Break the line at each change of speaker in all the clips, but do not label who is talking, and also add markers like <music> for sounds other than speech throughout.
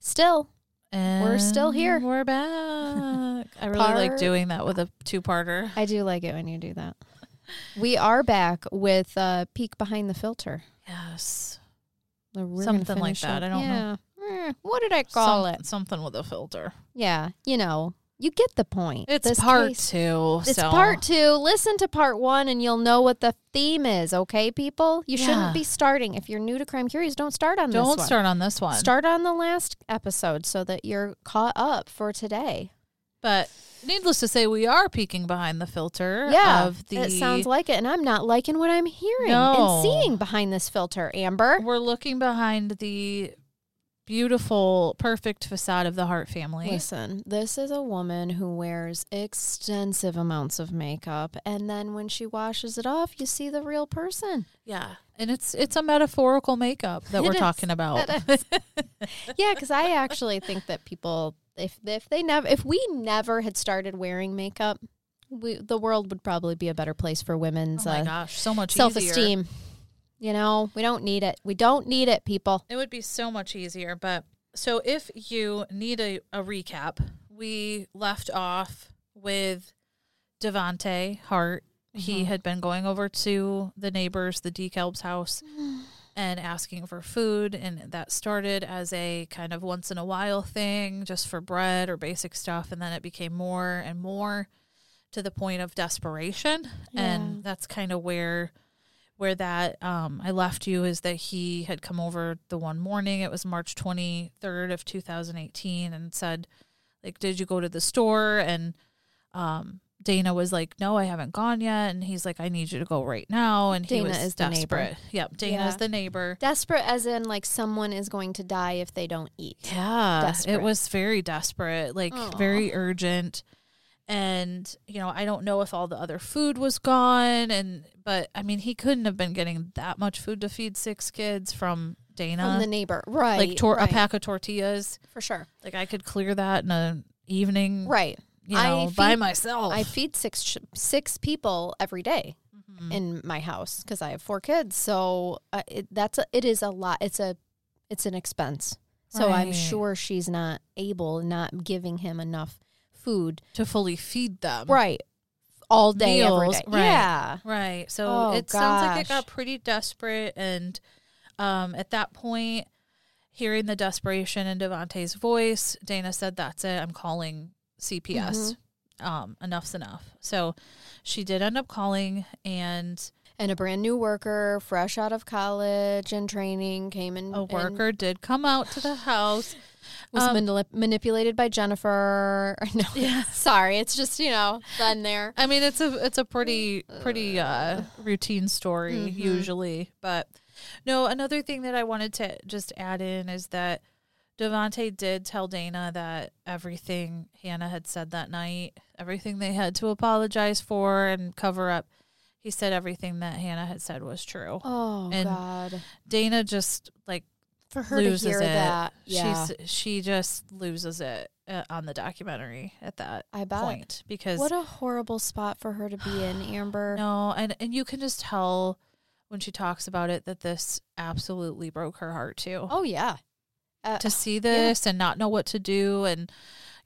Still,
And
still here.
We're back. I really like
Part-
doing that with a two parter.
I do like it when you do that. We are back with uh, peek behind the filter.
Yes.
Like, we're gonna
Something like
finish up-
that. I don't
yeah. Eh, what did I call
Some-
it?
Hmm. Something with a filter.
Yeah, you know, you get the point.
It's
This
part
case-
two.
It's
so
part two. Listen to part one, and you'll know what the theme is. Okay, people, you
Yeah.
shouldn't be starting if you're new to Crime Curious. Don't start on this
Don't
one.
start on this one.
Start on the last episode so that you're caught up for today.
But needless to say, we are peeking behind the filter
Yeah,
of the.
it sounds like it, and I'm not liking what I'm hearing
No.
and seeing behind this filter, Amber.
We're looking behind the beautiful, perfect facade of the Hart family.
Listen, this is a woman who wears extensive amounts of makeup, and then when she washes it off, you see the real
<laughs>
person.
Yeah. And it's it's a metaphorical makeup that
It
we're
is. <laughs>
talking about.
It Yeah, because I actually think that people, if if they never, if we never had started wearing makeup, we, the world would probably be a better place for
oh
women's
my
uh,
gosh, so much easier.
self esteem. You know, we don't need it. We don't need it, people.
It would be so much easier. But so if you need a, a recap, we left off with Devante Hart. He had been going over to the neighbors, the DeKalb's house, and asking for food. And that started as a kind of once in a while thing, just for bread or basic stuff. And then it became more and more to the point of desperation.
Yeah.
And that's kind of where where that um, I left you is that he had come over the one morning. It was March 23rd of 2018, and said, "Like, did you go to the store?" And um, Dana was like, "No, I haven't gone yet." And he's like, "I need you to go right now." And
Dana
he was
is the neighbor.
desperate. Yep, Dana
Yeah.
is the neighbor.
Desperate, as in like someone is going to die if they don't eat.
Yeah,
Desperate.
it was very desperate, like very urgent. And you know, I don't know if all the other food was gone, and but I mean, he couldn't have been getting that much food to feed six kids from Dana,
From the neighbor, right?
like tor-
right,
a pack of tortillas.
for sure,
Like I could clear that in an evening,
right?
You
I
know, by
feed-
myself.
I feed six ch- six people every day
Mm-hmm.
in my house because I have four kids. So uh, it, that's a, it is a lot. It's a it's an expense. So I'm
Right.
sure she's not able, not giving him enough food,
to fully feed them,
right? All day, every
Mm-hmm. Meals,
day.
right.
Yeah,
Right. So
Oh,
it sounds like it
gosh.
got pretty desperate. And um, at that point, hearing the desperation in Devante's voice, Dana said, That's it. I'm calling CPS.
Mm-hmm.
Um, enough's enough. So she did end up calling. And
and a brand new worker, fresh out of college and training, came in.
a
and
worker did come out to the house.
was
um,
manip- manipulated by Jennifer. <laughs> No, sorry, it's just you know been
<laughs>
there.
I mean, it's a it's a pretty
Mm.
pretty uh, routine story
Mm-hmm.
usually, but no. Another thing that I wanted to just add in is that Devante did tell Dana that everything Hannah had said that night, everything they had to apologize for and cover up. He said everything that Hannah had said was true.
Oh
And
God.
Dana just like
for her
loses
to hear
it.
that. Yeah.
She's she just loses it uh, on the documentary at that
I bet.
point because
what a horrible spot for her to be
<sighs>
in, Amber.
No, and and you can just tell when she talks about it that this absolutely broke her heart too.
Oh yeah. Uh,
to see this and not know what to do and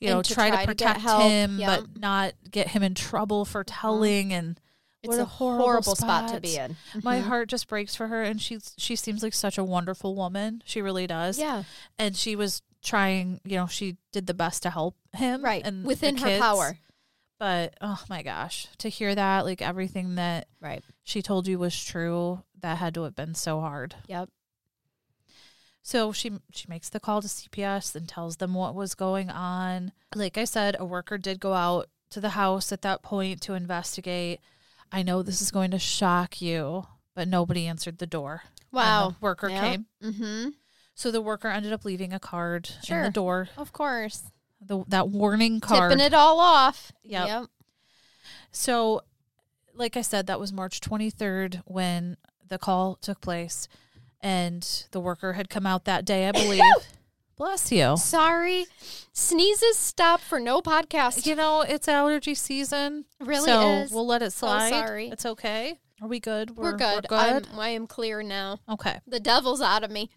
you
And
know
to
try,
try
to
to get
protect
help,
him
yeah. Uh-huh.
but not get him in trouble for telling and
it's
what
a, horrible, spot. Mm-hmm. to
spot.
be in.
My heart just breaks for her and she's she seems like such a wonderful woman. She really does.
Yeah.
And she was trying, you know, she did the best to help him
Right.
and the
Within her
kids.
power.
But oh my gosh, to hear that like everything that
Right.
she told you was true that had to have been so hard
Yep.
so she she makes the call to cps and tells them what was going on like i said a worker did go out to the house at that point to investigate i know this is going to shock you but nobody answered the door And the
Wow.
worker
Yep.
came
Mm-hmm.
So the worker ended up leaving a card in
Sure.
the door,
Of course.
the, that warning card.
Tipping it all off.
Yep. So, like I said, that was March 23rd when the call took place, and the worker had come out that day,
<coughs>
I believe. Bless you.
Sorry. Sneezes stop for no podcast.
You know, it's allergy season.
Really
so
is.
we'll let it slide.
sorry.
It's okay. Are we good?
We're, good. I'm, I am clear now.
okay.
The devil's out of
<laughs>
me.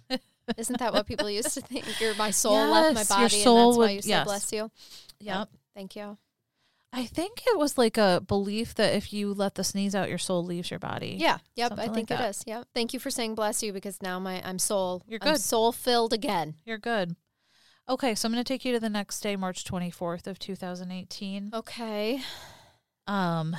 Isn't that what people used to think? Your my soul left my
Yes, your
body,
soul
and that's
would-
why you said
yes.
bless you.
Yep.
Thank you.
I think it was like a belief that if you let the sneeze out, your soul leaves your body.
Yeah. Yep.
Something
I
like
think it
that.
is. Yep. Thank you for saying bless you because now my I'm soul.
You're
I'm
good.
soul filled again.
You're good. Okay, so I'm going to take you to the next day, March 24th of 2018.
Okay.
Um,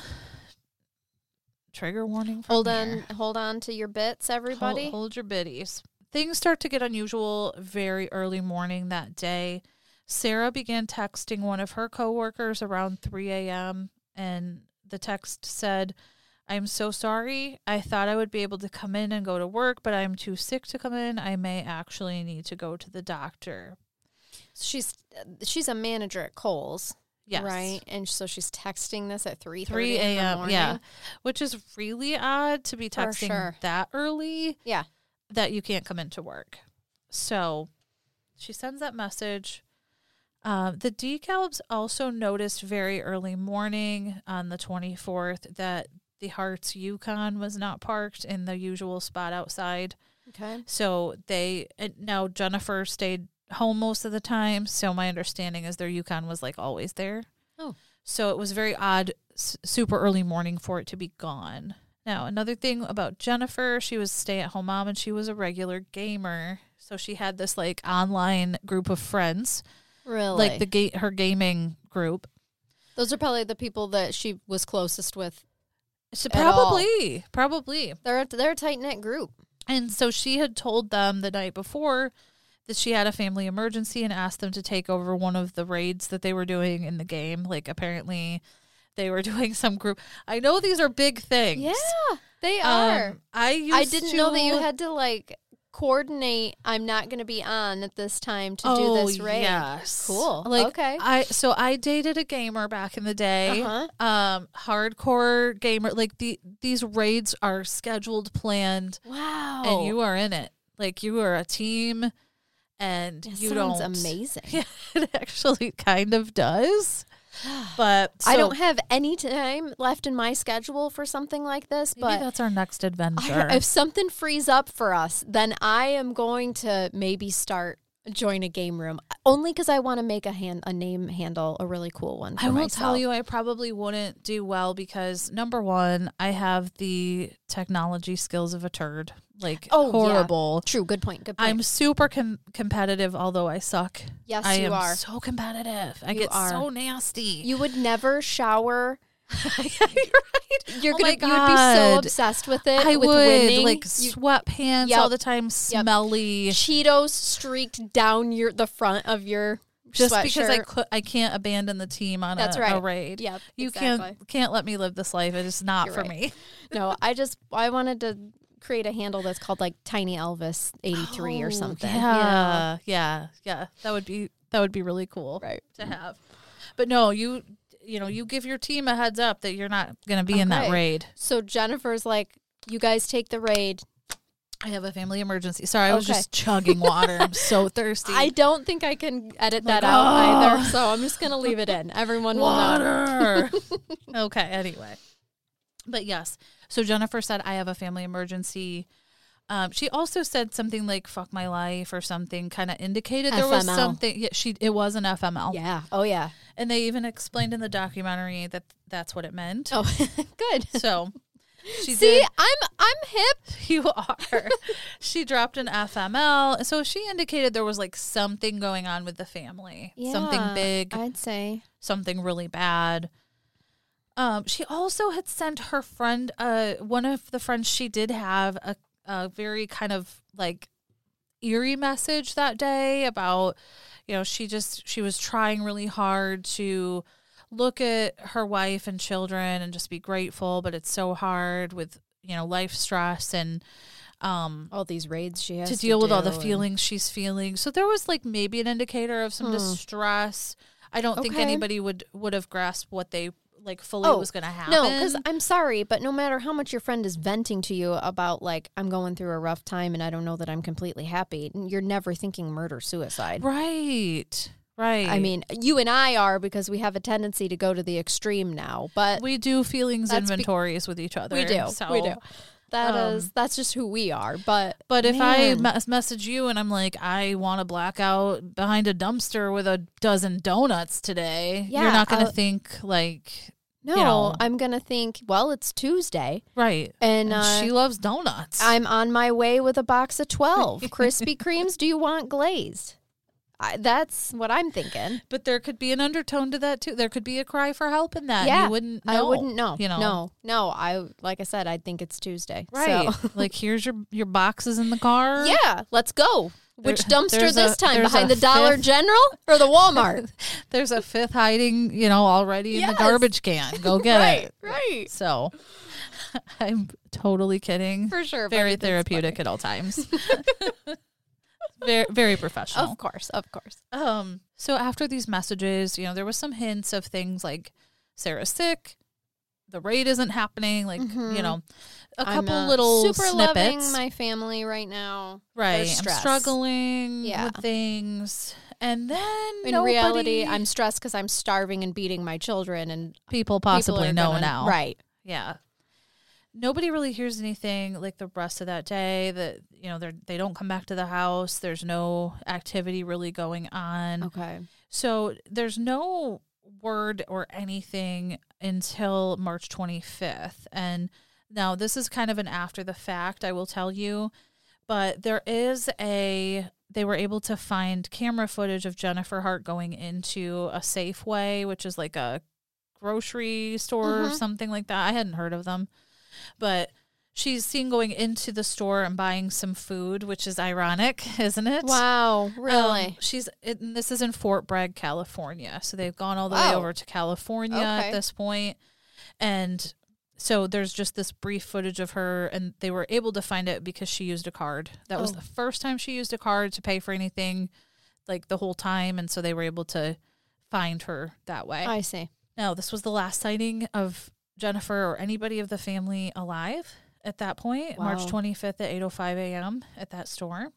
trigger warning. From
Hold
here.
on. Hold on to your bits, everybody.
Hold, hold your biddies. Things start to get unusual very early morning that day. Sarah began texting one of her coworkers around 3 a.m. and the text said, "I'm so sorry. I thought I would be able to come in and go to work, but I'm too sick to come in. I may actually need to go to the doctor."
She's she's a manager at Kohl's.
Yes.
Right. And so she's texting this at three
3 a.m. Yeah. Which is really odd to be
For
texting
sure.
that early.
Yeah.
That you can't come into work. So she sends that message. Uh, the decalbs also noticed very early morning on the 24th that the Hearts Yukon was not parked in the usual spot outside.
Okay.
So they and now Jennifer stayed home most of the time. So my understanding is their Yukon was like always there.
Oh.
so it was very odd, s- super early morning for it to be gone. Now another thing about Jennifer, she was stay at home mom and she was a regular gamer. So she had this like online group of friends,
Really.
like the gate her gaming group.
Those are probably the people that she was closest with.
So
At all.
probably, probably.
They're a, they're a tight knit group.
And so she had told them the night before that she had a family emergency and asked them to take over one of the raids that they were doing in the game. Like apparently they were <laughs> doing some group. I know these are big things.
they are.
Um, I used
I didn't know that you
to-
had to like coordinate. I'm not going to be on at this time to
oh,
do this raid.
Yes.
Cool.
Like
Okay.
I so I dated a gamer back in the day.
Uh-huh.
Um hardcore gamer like the these raids are scheduled, planned,
Wow.
and you are in it. Like you are a team, and
That
you
sounds
don't.
amazing.
Yeah, <laughs> it actually kind
<sighs>
of does. But
I
so
don't have any time left in my schedule for something like this,
Maybe
but
that's our next
I-
adventure.
if something frees up for us, then I am going to maybe start join a game room only because I want to make a hand a name handle a really cool one. For
I will
myself.
tell you, I probably wouldn't do well because number one, I have the technology skills of a turd. Like
Oh, yeah.
horrible.
True. Good point. Good point.
I'm super com- competitive, although I suck.
yes,
I
you
am
are.
so competitive. I
You
get
are.
so nasty.
you would never shower.
<laughs> You're right.
You're
Oh
gonna.
my
You would be so
God.
obsessed with it.
I
with
would
winning.
like
You-
sweatpants
Yep.
all the time, smelly.
Cheetos streaked down your the front of your
Just because I
sweatshirt.
cou- I can't abandon the team on
That's
a,
right.
a raid.
Yep,
you
exactly.
can't can't let me live this life. It is not
You're
for
right.
me.
no, I just I wanted to create a handle that's called like Tiny Elvis eighty three
Oh,
or something. you know?
Yeah, yeah, yeah. That would be that would be really cool
Right.
to have. But no, you you know you give your team a heads up that you're not going to be in that
Okay.
raid.
So Jennifer's like, you guys take the raid.
I have a family emergency. Sorry, I was
Okay. <laughs>
just chugging water. I'm so thirsty.
I don't think I can edit that
Like,
out
"Oh."
either, so I'm just gonna leave it in. Everyone will know.
<laughs> water. <laughs> okay. Anyway, but yes. So Jennifer said, "I have a family emergency." Um, she also said something like "fuck my life" or something, kind of indicated there was
FML.
something. Yeah, she it was an FML.
Yeah. Oh yeah.
And they even explained in the documentary that that's what it meant.
Oh, <laughs> good. <laughs>
So she
See,
did.
I'm I'm hip.
<laughs> You are. she dropped an FML. So she indicated there was like something going on with the family, something big,
I'd say.
something really bad. Um, she also had sent her friend, uh, one of the friends she did have, a, a very kind of like eerie message that day about, you know, she just, she was trying really hard to look at her wife and children and just be grateful, but it's so hard with, you know, life stress and um,
all these raids she has
to deal with all the
do and-
feelings she's feeling. So there was like maybe an indicator of some
Hmm.
distress. I don't think
Okay.
anybody would would have grasped what they like fully
Oh,
was going to happen.
No, because I'm sorry, but no matter how much your friend is venting to you about, like, I'm going through a rough time and I don't know that I'm completely happy, n- you're never thinking murder suicide.
right, right.
I mean, you and I are because we have a tendency to go to the extreme now, but
we do feelings
That's be-
inventories with each other.
we do.
so-
we do. That
um,
is- that's just who we are. But
But if
Man.
I mes- message you and I'm like, I want to black out behind a dumpster with a dozen donuts today,
Yeah,
you're not going
I'll-
to think like,
no,
know.
I'm going to think, well, it's Tuesday
right?
and,
And
uh,
she loves donuts.
I'm on my way with a box of
<laughs>
12 Krispy Kremes. Do you want glazed? I, that's what I'm thinking.
but there could be an undertone to that too. There could be a cry for help in that.
Yeah,
you wouldn't. Know,
I wouldn't know.
You know,
no, no. I like I said, I think it's Tuesday.
right?
So.
<laughs> like here's your your boxes in the car.
<laughs> yeah, let's go. Which
There-
dumpster
there's
this
a-
time?
there's
Behind
a
the Dollar
fifth.
General or the Walmart?
There's a fifth hiding, you know, already in
Yes.
the garbage can. Go <laughs> get it.
right.
So, <laughs> I'm totally kidding.
For sure. but
very
it is
therapeutic at all times. <laughs> very very professional.
funny. Of course, of course.
Um, so after these messages, you know, there was some hints of things like Sarah's sick, the raid isn't happening, like you know, a
Mm-hmm. I'm,
couple
uh,
little
super loving
snippets.
my family right now.
right, I'm
stress.
struggling
Yeah.
with things, and then
In
nobody-
reality, I'm stressed because I'm starving and beating my children, and people
people possibly
are
know
gonna-
now,
Right.
Yeah. Nobody really hears anything like the rest of that day. That you know, they they don't come back to the house. There's no activity really going on.
Okay.
So there's no word or anything until March 25th. And now this is kind of an after the fact, I will tell you, but there is a they were able to find camera footage of Jennifer Hart going into a Safeway, which is like a grocery store or
Mhm.
something like that. I hadn't heard of them. But she's seen going into the store and buying some food, which is ironic, <laughs> isn't it?
Wow. Really.
Um, she's it, and this is in Fort Bragg, California. So they've gone all the way
Wow.
over to California
Oh. Okay.
at this point. And so there's just this brief footage of her and they were able to find it because she used a card. That was
Oh.
the first time she used a card to pay for anything like the whole time and so they were able to find her that way.
I see.
No, this was the last sighting of Jennifer or anybody of the family alive at that point, March
Wow.
25th at 8:05 a.m. at that store.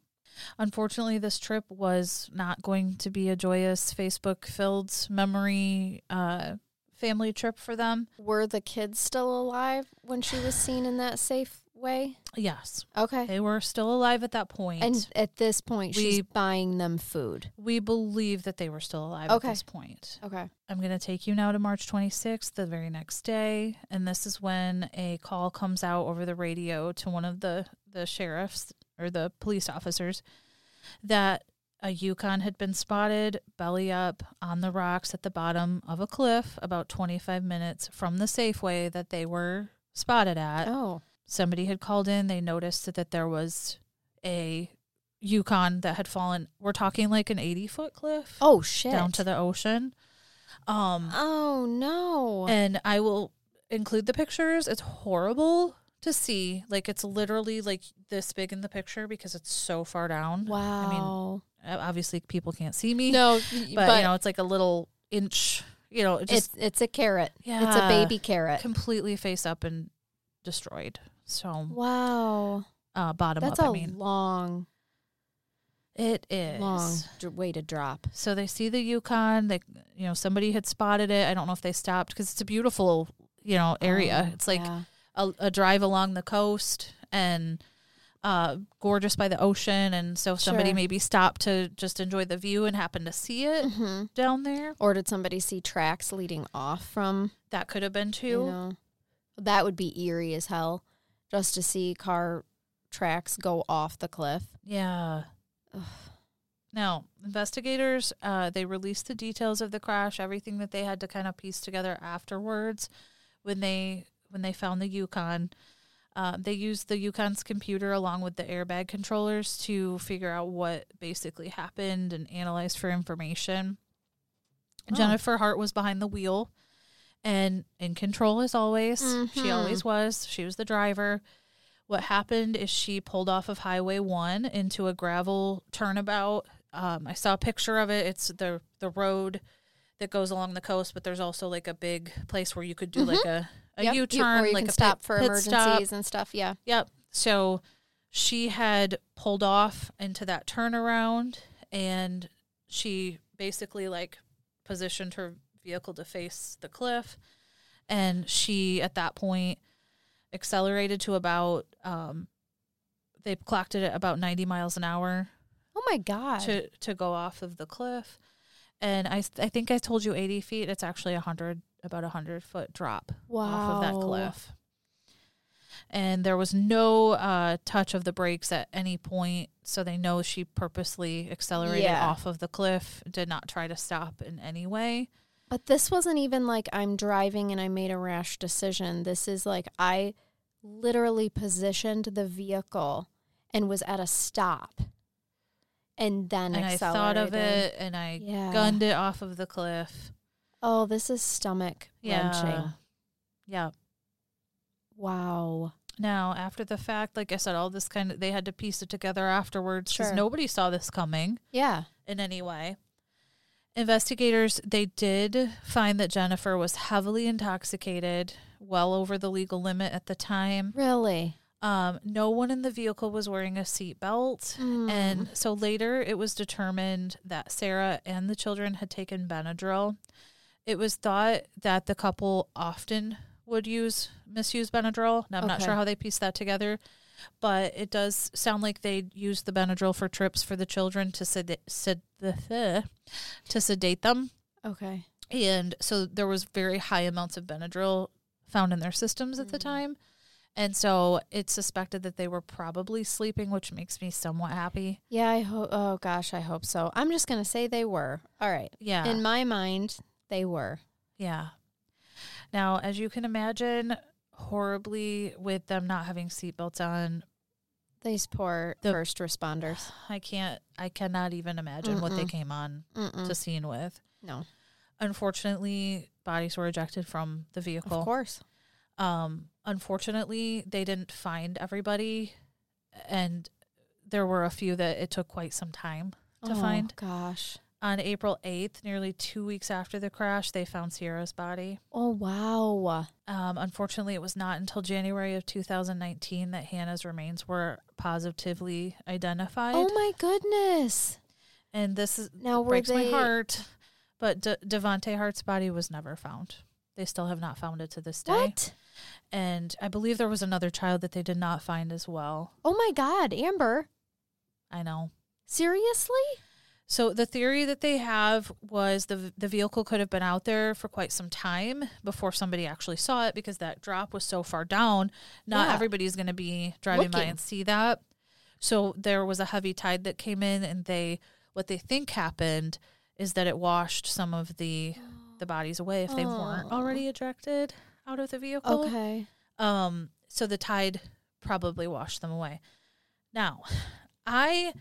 Unfortunately, this trip was not going to be a joyous Facebook-filled memory uh, family trip for them.
Were the kids still alive when she was seen in that safe way?
Yes,
Okay.
they were still alive at that point.
And at this point, she's
We-
buying them food.
we believe that they were still alive
Okay.
at this point.
Okay.
I'm going to take you now to March 26th, the very next day. And this is when a call comes out over the radio to one of the, the sheriffs or the police officers that a Yukon had been spotted belly up on the rocks at the bottom of a cliff about 25 minutes from the Safeway that they were spotted at.
Oh.
Somebody had called in. They noticed that there was a Yukon that had fallen. We're talking like an 80 foot cliff
Oh shit.
down to the ocean. Um,
Oh no.
and I will include the pictures. It's horrible to see. Like it's literally like this big in the picture because it's so far down.
wow.
Uh, Obviously, people can't see me. <laughs>
no,
but, you know, it's like a little inch. You know, it just
it's it's a carrot. It's a
Yeah.
baby carrot.
completely face up and destroyed. So
wow.
uh, bottom
That's
up.
a
I mean,
long,
it is.
long d- way to drop.
So they see the Yukon. They, you know, somebody had spotted it. I don't know if they stopped because it's a beautiful, you know, area.
Oh,
it's like
yeah.
a, a drive along the coast and uh, gorgeous by the ocean. And so if somebody
Sure.
maybe stopped to just enjoy the view and happened to see it
Mhm.
down there.
Or did somebody see tracks leading off from?
That could have been too.
You know, that would be eerie as hell, just to see car tracks go off the cliff.
Yeah.
Ugh.
Now, investigators, uh, they released the details of the crash, everything that they had to kind of piece together afterwards when they when they found the Yukon. Uh, they used the Yukon's computer along with the airbag controllers to figure out what basically happened and analyze for information.
Oh.
Jennifer Hart was behind the wheel and in control as always. She
Mhm.
always was. She was the driver. What happened is she pulled off of Highway One into a gravel turnabout. Um, I saw a picture of it. It's the the road that goes along the coast, but there's also like a big place where you could do like a a
Mm-hmm. Yep, you-
turn,
or you
like
can
a
stop
pit-
for
pit
emergencies
stop.
and stuff. Yeah.
Yep. So she had pulled off into that turnaround and she basically like positioned her vehicle to face the cliff. And she, at that point, accelerated to about, um, they clocked it at about 90 miles an hour
Oh my god.
to, to go off of the cliff. And I, I think I told you 80 feet. It's actually 100, about a 100 foot drop off
Wow.
of that cliff. And there was no uh, touch of the brakes at any point. So they know she purposely accelerated
Yeah.
off of the cliff, did not try to stop in any way.
But this wasn't even like I'm driving and I made a rash decision. This is like I literally positioned the vehicle and was at a stop and then
And, I
accelerated.
thought of it and I
Yeah.
gunned it off of the cliff.
Oh, this is stomach
Yeah.
wrenching.
Yeah.
Wow.
Now, after the fact, like I said, all this kind of, they had to piece it together afterwards because
Sure.
nobody saw this coming.
Yeah.
in any way. Investigators they did find that Jennifer was heavily intoxicated, well over the legal limit at the time.
Really?
Um, no one in the vehicle was wearing a seat belt, and so later it was determined that Sarah and the children had taken Benadryl. It was thought that the couple often would use misuse Benadryl. Now, I'm not
Okay.
sure how they pieced that together, but it does sound like they used the Benadryl for trips for the children to sedate, sed, <laughs> to sedate them,
Okay.
and so there was very high amounts of Benadryl found in their systems at the time. And so it's suspected that they were probably sleeping, which makes me somewhat happy.
Yeah, I hope oh gosh, I hope so. I'm just going to say they were. All right.
Yeah.
In my mind, they were.
Yeah. Now, as you can imagine, horribly with them not having seatbelts on,
These poor
The-
first
<sighs>
responders.
I can't, I cannot even imagine what
Mm-mm.
they
Mm.
came on
Mm-mm.
to scene with.
no.
Unfortunately, bodies were ejected from the
Of
vehicle.
course.
Um, unfortunately, they didn't find everybody, and there were a few that it took quite some time to
oh,
find.
gosh.
On April 8th, nearly two weeks after the crash, they found Sierra's body.
Oh wow.
Um, unfortunately, it was not until January of 2019 that Hannah's remains were positively identified.
Oh my goodness.
and this is,
Now were
breaks my
they-
heart, but De- Devante Hart's body was never found. They still have not found it to this day.
What?
And I believe there was another child that they did not find as well.
Oh my god, Amber.
I know.
Seriously?
So the theory that they have was the the vehicle could have been out there for quite some time before somebody actually saw it because that drop was so far down. Not
Yeah.
everybody's going to be driving by
Looking.
and see that. So there was a heavy tide that came in, and they what they think happened is that it washed some of the the bodies away if they weren't
Oh.
already ejected out of the vehicle.
Okay.
Um, so the tide probably washed them away. Now, I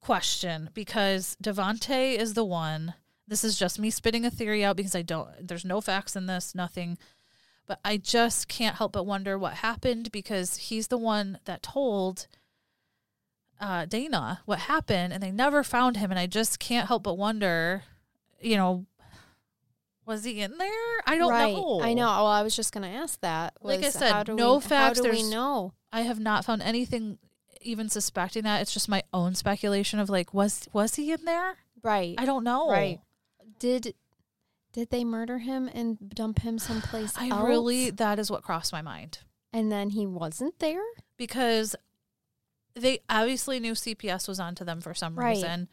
question because Devante is the one. This is just me spitting a theory out because I don't. There's no facts in this, nothing. But I just can't help but wonder what happened because he's the one that told uh, Dana what happened, and they never found him. And I just can't help but wonder, you know, was he in there? I don't
right.
know.
I know. Well, I was just going to ask that.
Like I
was
said,
how do
no
we,
facts,
How do we
there's-
know?
I have not found anything even suspecting that. It's just my own speculation of like, was was he in there?
Right.
I don't know.
Right. Did did they murder him and dump him someplace
I
else?
really that is what crossed my mind
And then he wasn't there?
because they obviously knew CPS was onto them for some
Right.
reason,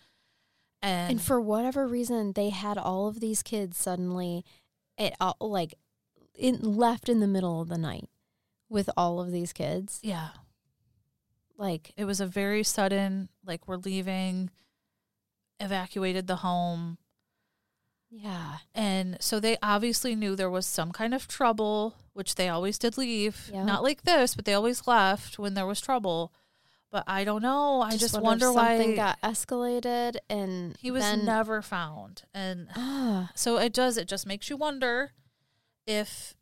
and,
And for whatever reason, they had all of these kids suddenly, it all, like, in, left in the middle of the night with all of these kids.
yeah,
Like,
it was a very sudden like we're leaving, evacuated the home,
yeah,
and so they obviously knew there was some kind of trouble, which they always did leave.
Yeah.
Not like this, but they always left when there was trouble. But I don't know. I just,
wonder
wonder
if something
why
got escalated and
he was
then, <gasps>
never found. And
Ah,
so it does. It just makes you wonder if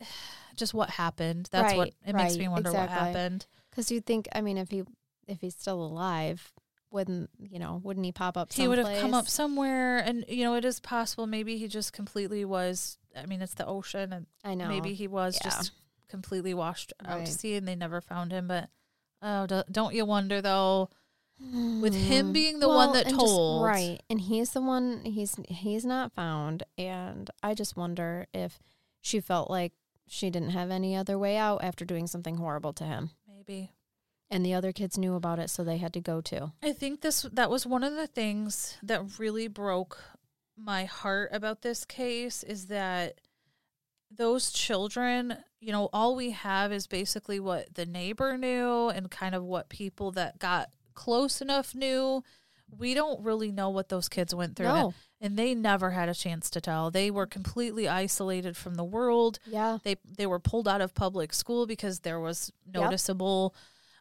<sighs> just what happened. That's what
Right,
it makes me
right,
wonder
exactly.
what happened.
Because you'd think, I mean, if he if he's still alive, wouldn't you know? Wouldn't he pop up?
He would have come up
someplace?
somewhere, and you know, it is possible. Maybe he just completely was. I mean, it's the ocean, and
I know.
maybe he was
Yeah.
just completely washed out
Right.
to sea, and they never found him. But oh, do- don't you wonder though? With him
Hmm.
being the one
Well,
that
and just-
told,
right? And he's the one. He's he's not found, and I just wonder if she felt like she didn't have any other way out after doing something horrible to him,
Maybe
and the other kids knew about it, so they had to go to.
I think this that was one of the things that really broke my heart about this case is that those children, you know, all we have is basically what the neighbor knew and kind of what people that got close enough knew. We don't really know what those kids went through.
No.
And they never had a chance to tell. They were completely isolated from the world
Yeah,
they they were pulled out of public school because there was noticeable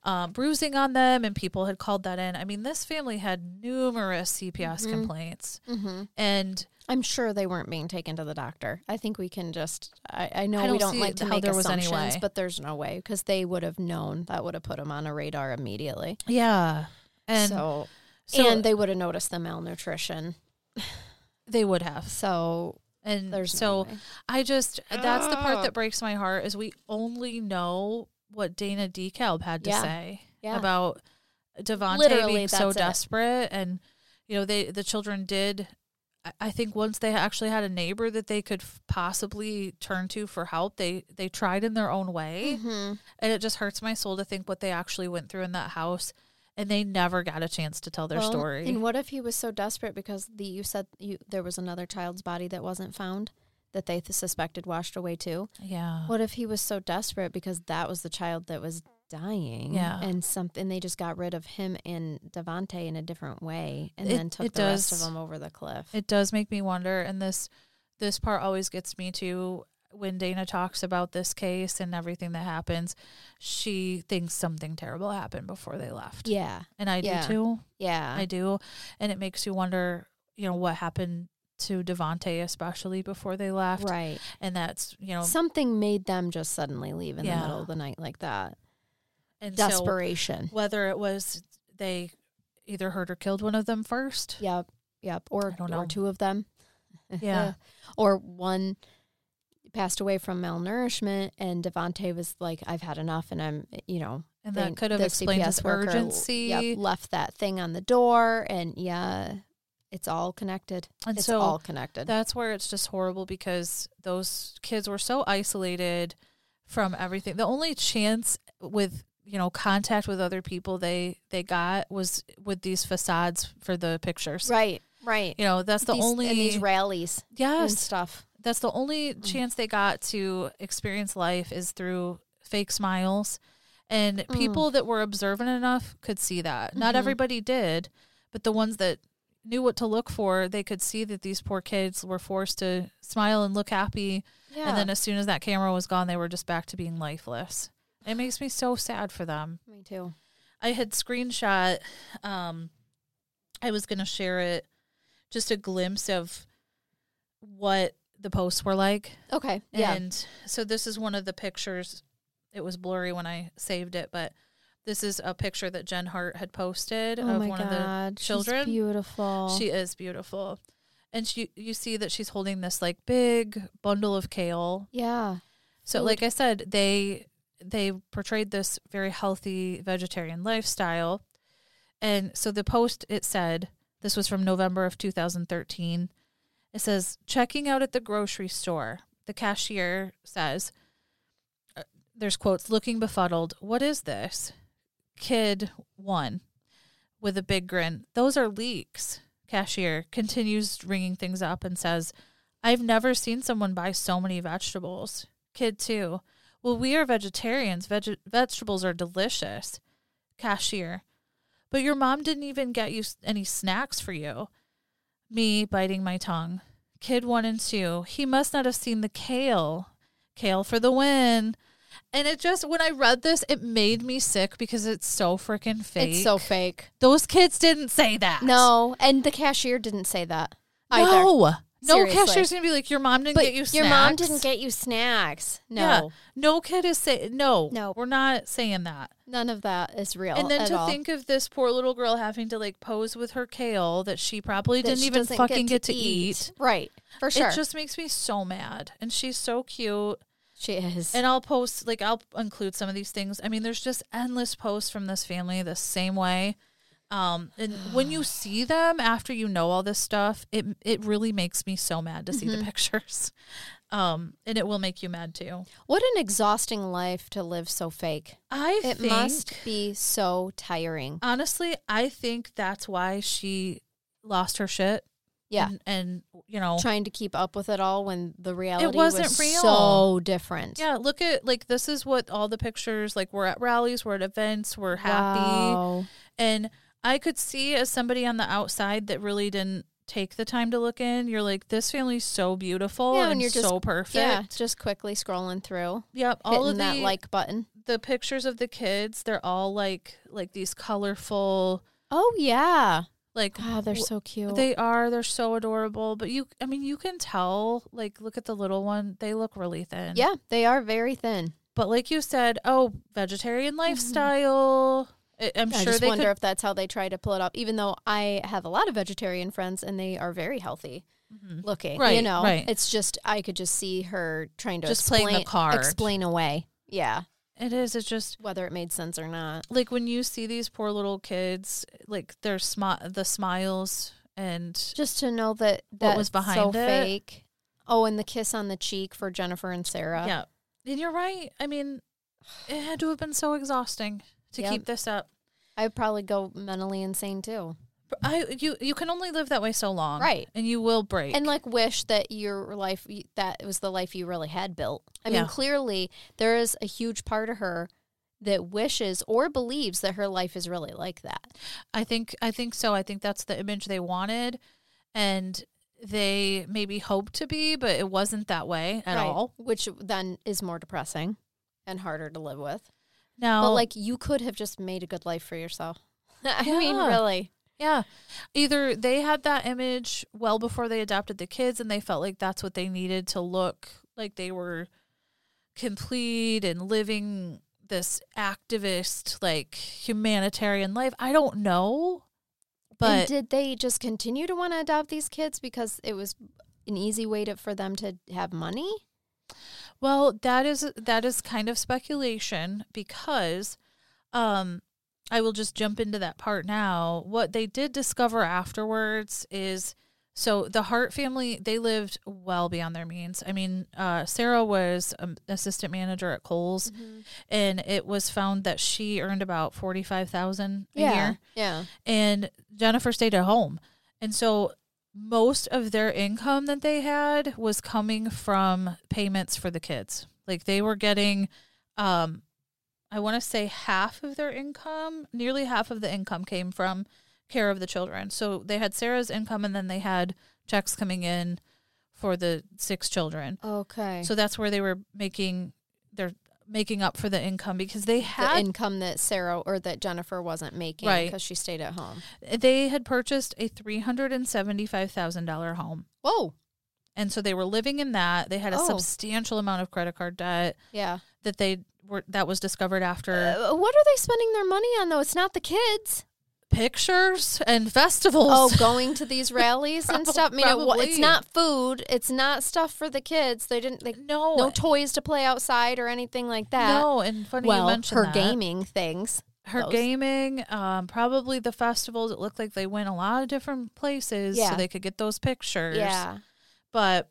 um, bruising on them and people had called that in i mean this family had numerous cps complaints
mm-hmm.
and
I'm sure they weren't being taken to the doctor. I think we can just. I, I know
I
we
don't
don't
see
like to
how
make
there was any
assumptions,
way.
but there's no way because they would have known that would have put them on a radar immediately.
yeah and so,
so, and they would have noticed the malnutrition.
they would have
Mm, So
and
there's
so
no way.
i just that's the part
Ah.
that breaks my heart is we only know what dana decalb had to
Yeah.
say
Yeah.
about Devontae
Literally,
being so
that's it.
desperate, and you know they the children did. I- I think once they actually had a neighbor that they could f- possibly turn to for help, they they tried in their own way,
Mhm.
and it just hurts my soul to think what they actually went through in that house, and they never got a chance to tell their
Well,
story.
And what if he was so desperate because the you said you there was another child's body that wasn't found that they th- suspected washed away too?
yeah,
What if he was so desperate because that was the child that was dying?
Yeah.
and something they just got rid of him and Devante in a different way, and
It-
then took
it
the rest of
does.
them over the cliff.
it does make me wonder, and this this part always gets me to when Dana talks about this case and everything that happens. She thinks something terrible happened before they left,
yeah,
and I
yeah. Uh.
do too.
yeah,
I do. And it makes you wonder, you know, what happened to Devonte, especially before they left.
right.
And that's, you know,
Something made them just suddenly leave in the
Yeah.
middle of the night like that.
and so
Desperation.
whether it was they either hurt or killed one of them first.
Yep. Yep. Or,
I don't
or
know.
two of them. <laughs>
Yeah.
or one passed away from malnourishment and Devante was like, I've had enough and I'm you know
And
think
that could have
the
explained
CPS
his
worker,
urgency.
Yep, left that thing on the door and yeah, it's all connected.
And
it's
so
all connected.
that's where it's just horrible because those kids were so isolated from everything. The only chance with you know contact with other people they they got was with these facades for the pictures.
right, right.
You know, that's the
These-
only
and these rallies and
yes,
stuff. Mm-hmm.
that's the only chance they got to experience life is through fake smiles and
Mm.
people that were observant enough could see that not
Mhm.
everybody did but the ones that knew what to look for they could see that these poor kids were forced to smile and look happy
Yeah.
and then as soon as that camera was gone they were just back to being lifeless it makes me so sad for them
me too.
I had screenshot um I was going to share it just a glimpse of what the posts were like
Okay. Yeah.
and so this is one of the pictures it was blurry when I saved it but this is a picture that Jen Hart had posted
oh
of
my
one of
god.
the children
She's beautiful.
she is beautiful and she you see that she's holding this like big bundle of kale
yeah.
so,
Food.
like I said, they they portrayed this very healthy vegetarian lifestyle, and so the post it said this was from November of 2013. It says checking out at the grocery store. The cashier says, uh, "There's quotes looking befuddled. What is this?" Kid one with a big grin. Those are leeks. Cashier continues ringing things up and says, I've never seen someone buy so many vegetables. Kid two, well, we are vegetarians. Veg- vegetables are delicious. Cashier, but your mom didn't even get you s- any snacks for you. Me biting my tongue. Kid one and two, he must not have seen the kale. Kale for the win. And it just, when I read this, it made me sick because it's so freaking fake.
It's so fake.
Those kids didn't say that.
No, and the cashier didn't say that either.
No. No
Seriously.
cashier's gonna be like, your mom didn't
But
get you. Snacks.
your mom didn't get you snacks. No,
Yeah. No kid is saying no.
No.
we're not saying that.
none of that is real.
and then
at
to
all.
think of this poor little girl having to like pose with her kale that she probably
that
didn't
she
even
doesn't
fucking get to, eat.
right? For sure,
It just makes me so mad. And she's so cute.
she is.
And I'll post like I'll include some of these things. I mean, there's just endless posts from this family the same way. Um, and when
<sighs>
you see them after you know all this stuff, it it really makes me so mad to see
Mm-hmm.
the <laughs> pictures. Um, and it will make you mad too.
what an exhausting life to live so fake.
I
It
think
must be so tiring.
honestly, I think that's why she lost her shit.
Yeah.
And, and you know,
Trying to keep up with it all when the reality
wasn't
was
real.
so different.
yeah, look at like this is what all the pictures like we're at rallies, we're at events, we're happy.
Wow.
And I could see as somebody on the outside that really didn't take the time to look in, you're like, this family's so beautiful
Yeah,
and,
and you're just-
so perfect.
Yeah, just quickly scrolling through,
Yep. All
hitting
of the,
that like button.
the pictures of the kids, they're all like like these colorful
Oh yeah.
like
God, Ah, they're
w-
so cute.
They are. They're so adorable. But you, I mean, you can tell. Like, look at the little one. They look really thin.
yeah, they are very thin.
But like you said, oh, vegetarian lifestyle. I, I'm
I
sure
Mm-hmm. just
they
wonder
could.
if that's how they try to pull it off. Even though I have a lot of vegetarian friends and they are very healthy looking, you
Mm-hmm. Right,
know,
right.
it's just I could just see her trying to
Just
explain,
playing the card.
explain away, yeah,
It is. It's just
whether it made sense or not.
like when you see these poor little kids, like their smi- the smiles, and
Just to know that that
was
so
behind it?
fake. Oh, and the kiss on the cheek for Jennifer and Sarah.
yeah. And you're right. I mean, <sighs> it had to have been so exhausting to
Yep.
keep this up.
I'd probably go mentally insane too,
But I you you can only live that way so long,
Right.
And you will break.
and like wish that your life that was the life you really had built. I mean,
Yeah.
clearly there is a huge part of her that wishes or believes that her life is really like that.
I think I think so. I think that's the image they wanted and they maybe hoped to be, but it wasn't that way at
Right.
all.
which then is more depressing and harder to live with.
Now
But like you could have just made a good life for yourself. <laughs> I mean,
Yeah.
really.
Yeah. Either they had that image well before they adopted the kids and they felt like that's what they needed to look like they were complete and living this activist like humanitarian life. I don't know.
and
But
did they just continue to want to adopt these kids because it was an easy way to, for them to have money?
Well, that is that is kind of speculation because um I will just jump into that part now. What they did discover afterwards is so the Hart family they lived well beyond their means. I mean, uh, Sarah was an assistant manager at Kohl's, and it was found that she earned about forty five thousand a
Yeah.
year
Yeah.
and Jennifer stayed at home. And so most of their income that they had was coming from payments for the kids. Like they were getting um I want to say half of their income, nearly half of the income came from care of the children. So they had Sarah's income and then they had checks coming in for the six children.
Okay.
So that's where they were making their making up for the income because they
the
had
income that Sarah or that Jennifer wasn't making
Right.
because she stayed at home.
they had purchased a $375,000 home.
Whoa.
And so they were living in that. They had a
Oh.
substantial amount of credit card debt
Yeah.
that they were that was discovered after
Uh, what are they spending their money on though? It's not the kids.
pictures and festivals.
Oh,
<laughs>
going to these rallies and stuff. I mean, it, wa- it's
Probably.
not food. It's not stuff for the kids. They didn't. They,
no.
no toys to play outside or anything like that.
No, and funny
well,
you mentioned
her
that.
gaming things.
her
those.
gaming, um, probably the festivals. It looked like they went a lot of different places
Yeah.
so they could get those pictures.
Yeah,
but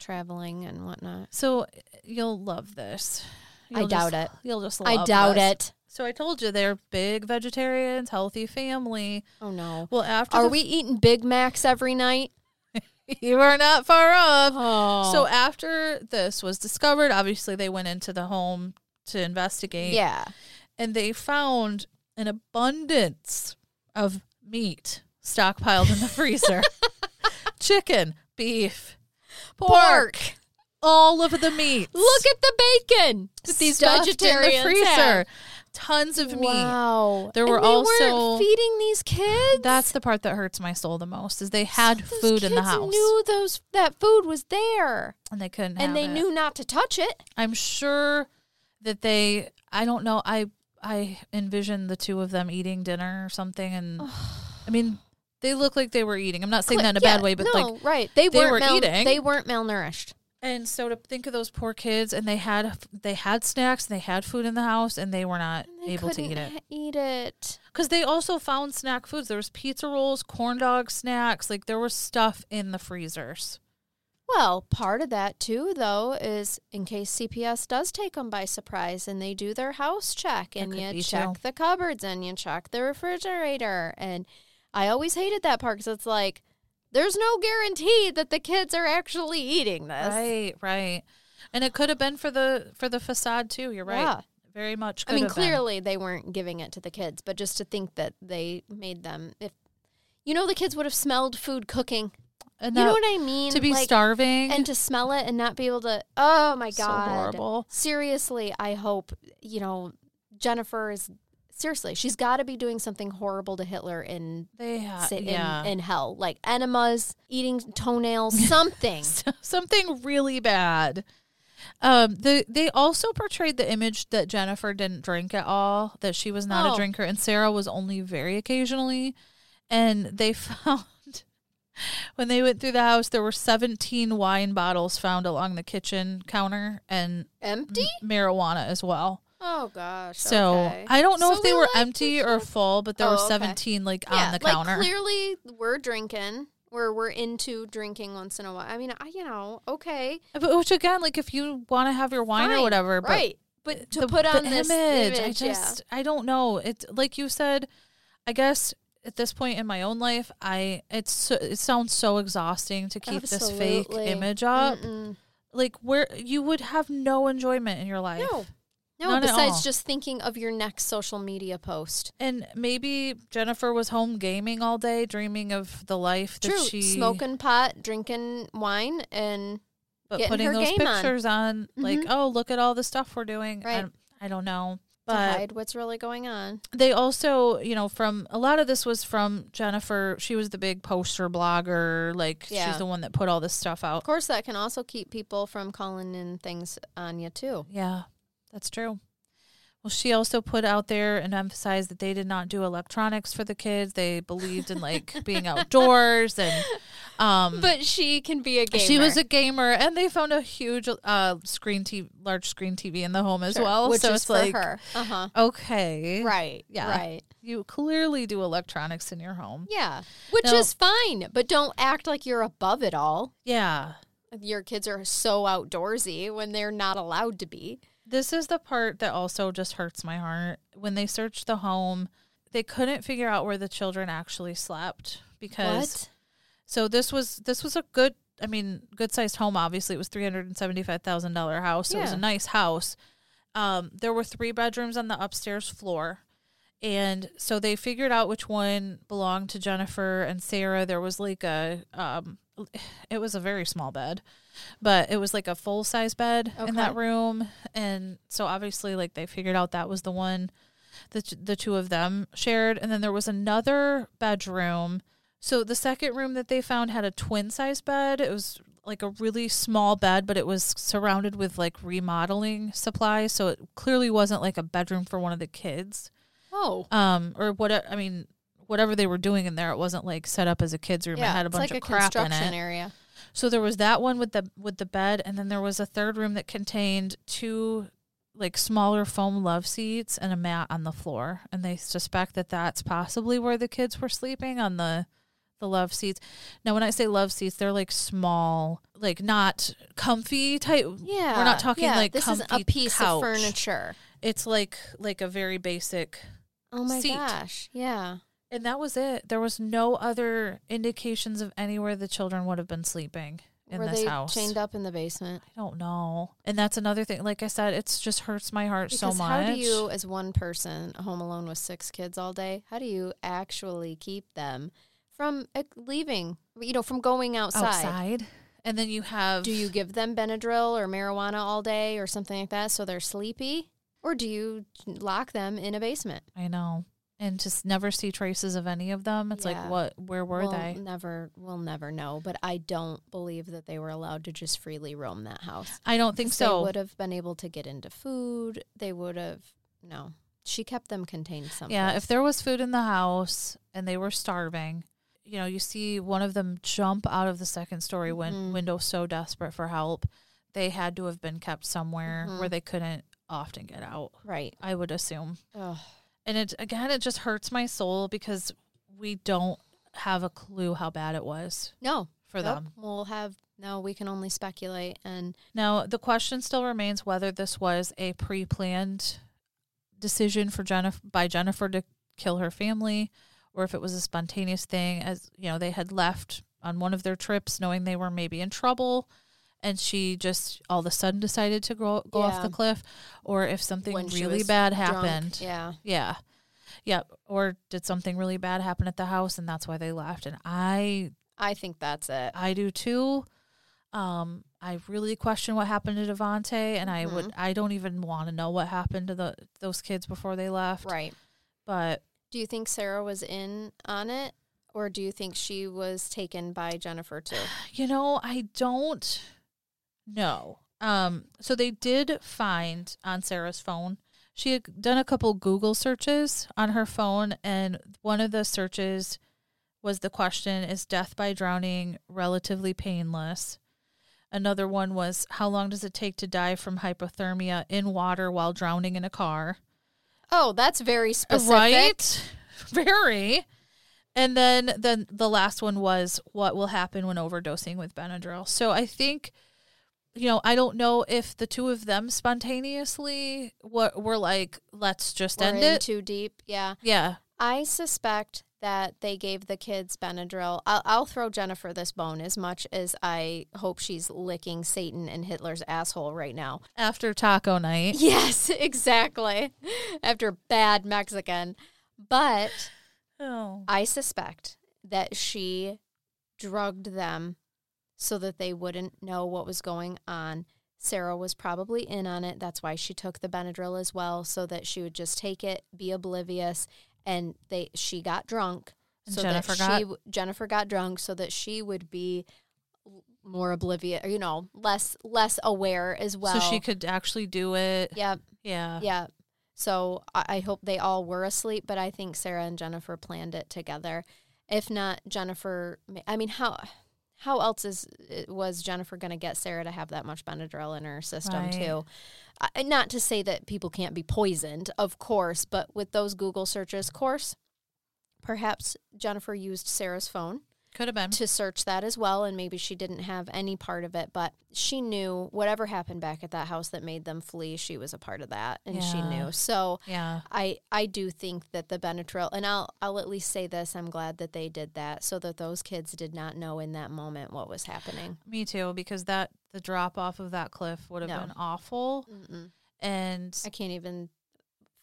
traveling and whatnot.
so you'll love this.
I
You'll
doubt
just-
it.
You'll just. Love
I doubt
this.
it.
So I told you they're big vegetarians, healthy family.
Oh no.
Well, after
Are
the
we eating Big Macs every night?
<laughs> you are not far off.
Oh,
So after this was discovered, obviously they went into the home to investigate.
yeah.
And they found an abundance of meat stockpiled in
<laughs>
the freezer. Chicken, beef, pork, all of the meat.
Look at the bacon.
that these
Stuffed in the
vegetarians freezer.
freezer.
tons of meat.
Wow.
There
And
were
they weren't
also-
feeding these kids.
That's the part that hurts my soul the most is they had
Those
food in the
kids
house
Knew those that food was there,
and they couldn't have
and they
it.
knew not to touch it.
I'm sure that they I don't know I I envisioned the two of them eating dinner or something and I mean they look like they were eating. I'm not saying that in a
Yeah,
bad way but
no,
like
right? They,
they
weren't
were
mal-
eating.
They weren't malnourished.
and so to think of those poor kids and they had they had snacks and they had food in the house and they were not
And they
able to
couldn't
eat it
ha- Eat it.
cuz they also found snack foods. There was pizza rolls, corn dog snacks, like there was stuff in the freezers.
Well, part of that too, though, is in case CPS does take them by surprise and they do their house check and
could
you
be
check
too.
the cupboards and you check the refrigerator. And I always hated that part because it's like, there's no guarantee that the kids are actually eating this.
Right, right. And it could have been for the for the facade too. You're right.
Yeah.
Very much. Could
I mean,
have been.
clearly they weren't giving it to the kids, but just to think that they made them, if you know, the kids would have smelled food cooking.
And
you know
that-
what I mean?
to be
Like,
starving
and to smell it and not be able to oh my
So
god
horrible.
seriously i hope you know jennifer is seriously she's got to be doing something horrible to hitler in
they ha-
sit
Uh, yeah
in, in hell like enemas eating toenails
<laughs>
something
something really bad um the they also portrayed the image that jennifer didn't drink at all that she was not
Oh.
a drinker and sarah was only very occasionally and they <laughs> found when they went through the house there were 17 wine bottles found along the kitchen counter and
empty
marijuana as well
<laughs> oh gosh
so
okay.
i don't know
So
if they
we
were
like
empty or full but there
Oh,
were
okay.
17 like
yeah,
on the
like
counter
clearly we're drinking we're we're into drinking once in a while i mean I, you know okay
But which again, like if you want to have your wine or
fine,
whatever, but
right but to put on this image,
I
yeah.
just I don't know. It's like you said. I guess at this point in my own life, I it's so, it sounds so exhausting to keep this fake
Absolutely.
image up.
Mm-mm.
Like where you would have no enjoyment in your life.
No. No,
Not at all.
besides just thinking of your next social media post.
And maybe Jennifer was home gaming all day, dreaming of the life that
True.
she
Smoking pot, drinking wine, and
but
getting
putting
her
those
game on. Mm-hmm.
pictures on, like, oh, look at all the stuff we're doing. I
Right.
don't- I don't know.
to
But
hide what's really going on.
they also, you know, from a lot of this was from Jennifer. She was the big poster blogger. Like
Yeah.
she's the one that put all this stuff
Of
out.
course, that can also keep people from calling in things on you, too.
Yeah, that's true. Well, she also put out there and emphasized that they did not do electronics for the kids. They believed in like
<laughs>
being outdoors and um
But she can be a gamer.
she was a gamer and they found a huge uh screen TV large screen TV in the home as well.
Which
so
is
it's
for
like
her. Uh huh.
okay.
Right.
Yeah.
Right.
You clearly do electronics in your home.
Yeah. Which
Now-
is fine, but don't act like you're above it all.
Yeah.
Your kids are so outdoorsy when they're not allowed to be.
This is the part that also just hurts my heart. When they searched the home, they couldn't figure out where the children actually slept because
What?
so this was this was a good I mean good sized home obviously it was $375,000 house. It was a
Yeah.
nice house. Um there were 3 bedrooms on the upstairs floor. And so they figured out which one belonged to Jennifer and Sarah. There was like a um it was a very small bed, but it was like a full size bed in that
Okay.
room. And so obviously, like they figured out that was the one that t- the two of them shared. And then there was another bedroom. So the second room that they found had a twin size bed. It was like a really small bed, but it was surrounded with like remodeling supplies. So it clearly wasn't like a bedroom for one of the kids
Oh.
um or what I mean whatever they were doing in there it wasn't like set up as a kids room it had a bunch
it's like
of
a
crap in
construction
it
area.
so there was that one with the with the bed and then there was a third room that contained two like smaller foam love seats and a mat on the floor and they suspect that that's possibly where the kids were sleeping on the the love seats now when i say love seats they're like small like not comfy type
Yeah,
we're not talking
yeah,
like
this
comfy
is a piece
couch.
of furniture.
it's like like a very basic
Oh my
Seat.
gosh! Yeah,
And that was it. There was no other indications of anywhere the children would have been sleeping in
were
this
they
house.
chained up in the basement?
I don't know. And that's another thing. Like I said, it's just hurts my heart so
Because
much.
How do you, as one person, home alone with six kids all day, how do you actually keep them from uh, leaving? You know, from going outside.
outside? And then you have
Do you give them Benadryl or marijuana all day or something like that so they're sleepy? Or do you lock them in a basement?
I know. And just never see traces of any of them. It's
Yeah.
like what where were
we'll
they?
Never, we'll never know. But I don't believe that they were allowed to just freely roam that house.
I don't think
They
so.
would have been able to get into food. They would have no. She kept them contained someplace.
Yeah, if there was food in the house and they were starving, you know, you see one of them jump out of the second story win-
Mhm.
window so desperate for help. They had to have been kept somewhere
Mhm.
where they couldn't often get out,
right.
I would assume.
Ugh.
And it again, it just hurts my soul because we don't have a clue how bad it was
No,
for
Nope.
them.
we'll have no. We can only speculate, and
Now, the question still remains whether this was a pre-planned decision for Jennifer by Jennifer to kill her family or if it was a spontaneous thing as you know they had left on one of their trips knowing they were maybe in trouble and she just all of a sudden decided to go, go off the
Yeah.
cliff or if something
When she
really
was
bad
drunk,
happened.
Yeah,
Yeah. Yep. Or did something really bad happen at the house and that's why they left. And I
I think that's it.
I do too. Um, I really question what happened to Devante and I would I don't even want to know what happened to the those kids before they left.
Right.
But
Do you think Sarah was in on it, or do you think she was taken by Jennifer too?
<sighs> you know, I don't know. Um, so they did find on Sarah's phone. She had done a couple Google searches on her phone, and one of the searches was the question Is death by drowning relatively painless? Another one was How long does it take to die from hypothermia in water while drowning in a car?
Oh, that's very specific.
Right? <laughs> Very. And then then the last one was what will happen when overdosing with Benadryl. So I think you know, I don't know if the two of them spontaneously what were like, let's just
We're
end
in
it.
too deep. Yeah.
yeah.
I suspect that they gave the kids Benadryl. I'll, I'll throw Jennifer this bone as much as I hope she's licking Satan and Hitler's asshole right now. <laughs>
After taco night.
Yes, exactly. After bad Mexican. But
Oh.
I suspect that she drugged them so that they wouldn't know what was going on. Sarah was probably in on it. That's why she took the Benadryl as well, so that she would just take it, be oblivious, and they she got drunk.
And
so
Jennifer
that
got-
she w- Jennifer got drunk so that she would be l- more oblivious, you know, less less aware as well.
so she could actually do it.
Yep.
Yeah.
Yeah. So I, I hope they all were asleep, but I think Sarah and Jennifer planned it together. If not, Jennifer. I mean, how how else is was Jennifer going to get Sarah to have that much Benadryl in her system
Right.
too? I, not to say that people can't be poisoned, of course, but with those Google searches, of course, perhaps Jennifer used Sarah's phone
Could have been.
to search that as well and maybe she didn't have any part of it but she knew whatever happened back at that house that made them flee she was a part of that and she
Yeah.
knew so
Yeah.
I, I do think that the Benadryl, and I'll I'll at least say this: I'm glad that they did that, so that those kids did not know in that moment what was happening.
Me too, because that the drop off of that cliff would have
No.
been awful.
Mm-mm.
And
I can't even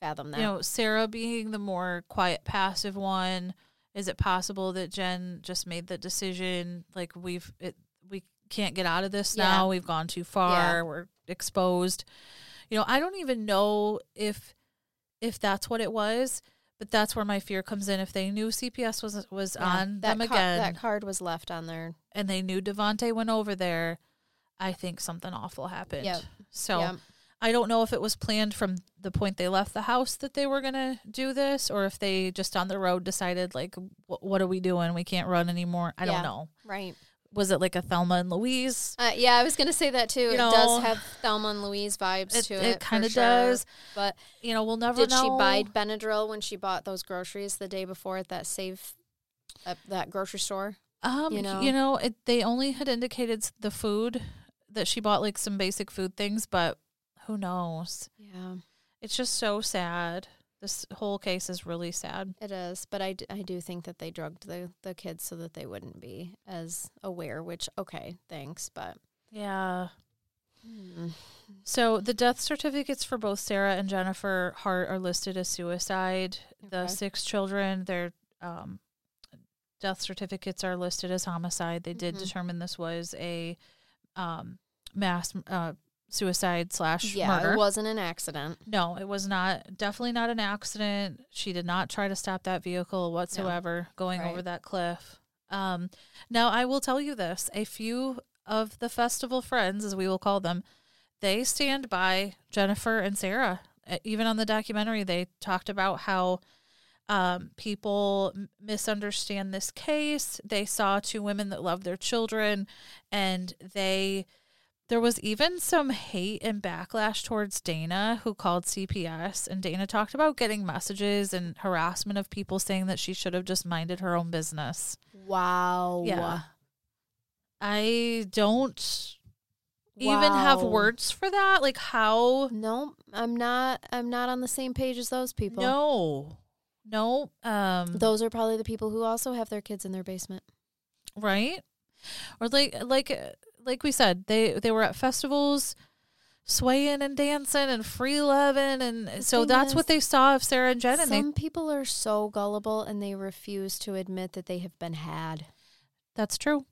fathom that.
you know, Sarah being the more quiet, passive one. Is it possible that Jen just made the decision? Like we've, it, we can't get out of this
Yeah.
now. We've gone too far.
Yeah.
We're exposed. You know, I don't even know if, if that's what it was. But that's where my fear comes in. If they knew CPS was was
Yeah,
on
that
them
car-
again,
That card was left on there.
and they knew Devante went over there, I think something awful happened.
Yep.
So
Yep.
I don't know if it was planned from the point they left the house that they were going to do this or if they just on the road decided, like, "Wh- what are we doing? We can't run anymore. I
Yeah.
don't know.
Right.
Was it like a Thelma and Louise?
Uh, yeah, I was going to say that too.
You
it
know,
does have Thelma and Louise vibes
It,
to
it,
it. for
kind of
sure,
does.
but
You know, we'll never
Did
know.
she buy Benadryl when she bought those groceries the day before at that safe, at that grocery store?
Um,
you
you know,
know?
it, they only had indicated s- the food that she bought, like some basic food things, but who knows?
Yeah,
It's just so sad. This whole case is really sad.
it is. But I, d- I do think that they drugged the, the kids so that they wouldn't be as aware, which, okay, thanks. But
Yeah.
hmm,
So the death certificates for both Sarah and Jennifer Hart are listed as suicide. The
Okay.
six children, their um, death certificates are
Mm-hmm.
listed as homicide. They did
Mhm.
determine this was a um, mass uh, suicide slash
yeah,
murder.
it wasn't an accident.
No, it was not. Definitely not an accident. She did not try to stop that vehicle whatsoever going
Right.
over that cliff. Um, now, I will tell you this a few of the festival friends, as we will call them, they stand by Jennifer and Sarah. Uh, Even on the documentary, they talked about how um, people m- misunderstand this case. They saw two women that love their children, and they there was even some hate and backlash towards Dana, who called CPS. And Dana talked about getting messages and harassment of people saying that she should have just minded her own business.
Oh, Wow.
Yeah. I don't even have
Wow.
words for that. Like, how
No, I'm not. I'm not on the same page as those people.
No. No. Um
Those are probably the people who also have their kids in their basement.
right? Or like like like we said, they they were at festivals swaying and dancing and free loving and so
thing
that's
is,
what they saw of Sarah and Jen and they
Some people are so gullible and they refuse to admit that they have been had.
that's true.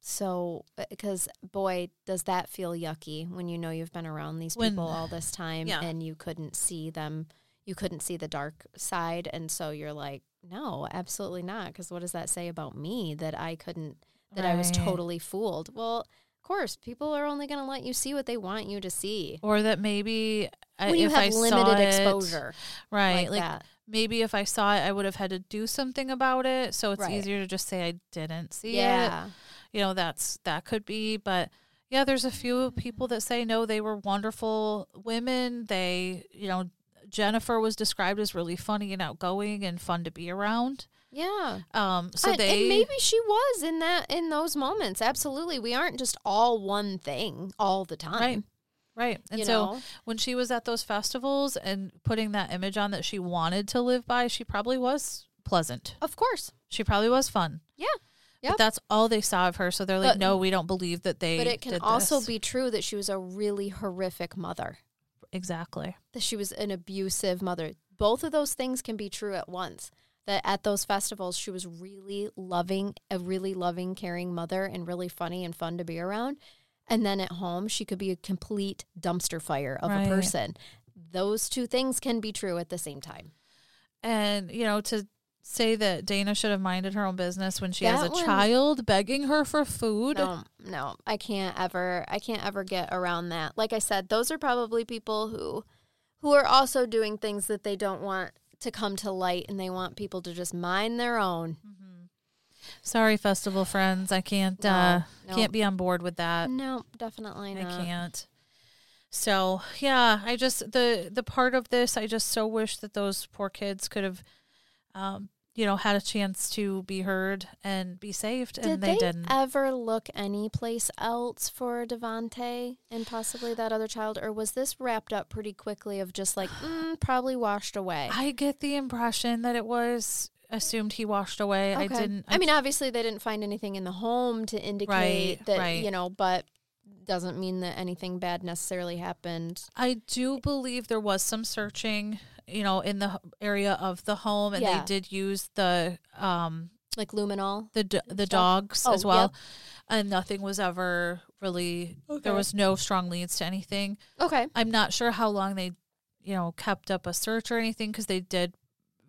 So, because boy, does that feel yucky when you know you've been around these
When-
people all this time
yeah.
and you couldn't see them, you couldn't see the dark side. And so you're like, no, absolutely not. Because what does that say about me that I couldn't, that I was
Right.
totally fooled? Well, of course, people are only going to let you see what they want you to see.
Or that maybe I,
When you
if
have
I saw
limited
it-
exposure
right?
like,
Like,
that.
maybe if I saw it, I would have had to do something about it. So it's
Right.
easier to just say I didn't see it.
Yeah.
you know that's that could be but yeah there's a few people that say no they were wonderful women they you know jennifer was described as really funny and outgoing and fun to be around
Yeah.
um so
and, and
they
maybe she was in that in those moments. Absolutely. We aren't just all one thing all the time.
right right and
you
so
know?
when she was at those festivals and putting that image on that she wanted to live by she probably was pleasant
Of course.
she probably was fun
Yeah.
But
Yep.
that's all they saw of her so they're like
But-
no we don't believe that they
But it can
did
also
this."
be true that she was a really horrific mother,
exactly
that she was an abusive mother. Both of those things can be true at once. That at those festivals, she was really loving, a really loving, caring mother and really funny and fun to be around. And then at home, she could be a complete dumpster fire of
Right.
a person. Those two things can be true at the same time.
and you know to say that Dana should have minded her own business when she has
That
a
one-
child begging her for food.
No, no, I can't ever. I can't ever get around that. Like I said, those are probably people who, who are also doing things that they don't want to come to light, and they want people to just mind their own.
Sorry, festival friends, I can't
No,
uh,
no.
can't be on board with that.
No, definitely
I
not.
Uh, can't. So yeah, I just the the part of this I just so wish that those poor kids could have, um, you know, had a chance to be heard and be saved,
Did
and
they,
they, didn't.
ever look anyplace else for Devante and possibly that other child, or was this wrapped up pretty quickly? Of just like mm, probably washed away.
I get the impression that it was assumed he washed away. I
Okay.
didn't.
I, mean, obviously, they didn't find anything in the home to indicate
Right,
that
right.
you know, but doesn't mean that anything bad necessarily happened.
I do believe there was some searching, you know, in the h- area of the home, and
Yeah.
they did use the um
Like luminol.
the d- the
Stuff.
dogs
Oh,
as well,
yep.
and nothing was ever really.
Okay.
There was no strong leads to anything.
Okay.
I'm not sure how long they, you know, kept up a search or anything because they did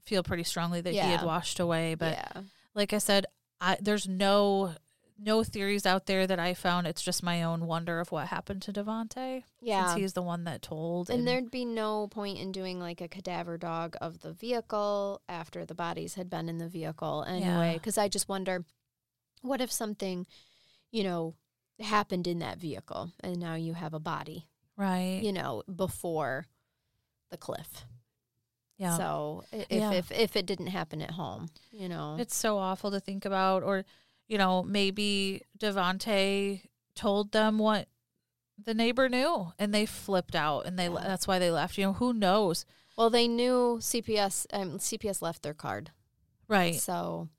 feel pretty strongly that he
Yeah.
had washed away. But
yeah.
like I said, I there's no no theories out there that I found. It's just my own wonder of what happened to Devante.
Yeah.
since he's the one that told.
And there'd be no point in doing like a cadaver dog of the vehicle after the bodies had been in the vehicle anyway.
Yeah.
Because I just wonder what if something, you know, happened in that vehicle and now you have a body,
right.
you know, before the cliff.
Yeah.
So i- if,
Yeah.
if if it didn't happen at home, you know,
It's so awful to think about. Or, you know, maybe Devante told them what the neighbor knew and they flipped out and they
Yeah.
that's why they left. You know, who knows?
well, they knew CPS. Um, CPS left their card,
Right.
so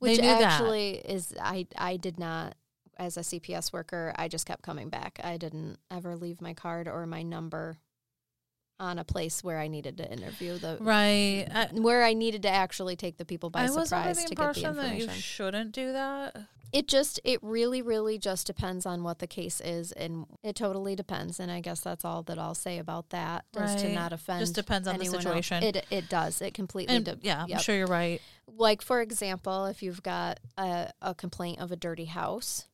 which
knew that.
actually is I I did not as a CPS worker. I just kept coming back. I didn't ever leave my card or my number on a place where I needed to interview the
Right. I,
where I needed to actually take the people by
I was under
surprise
the
to get the
impression that
information.
you shouldn't do that.
it just it really really just depends on what the case is and it totally depends and I guess that's all that I'll say about that is to
Right.
not offend
Just depends on the
anyone else.
situation.
It it does. It completely
And,
de-
yeah,
yep.
I'm sure you're right.
like for example if you've got a, a complaint of a dirty house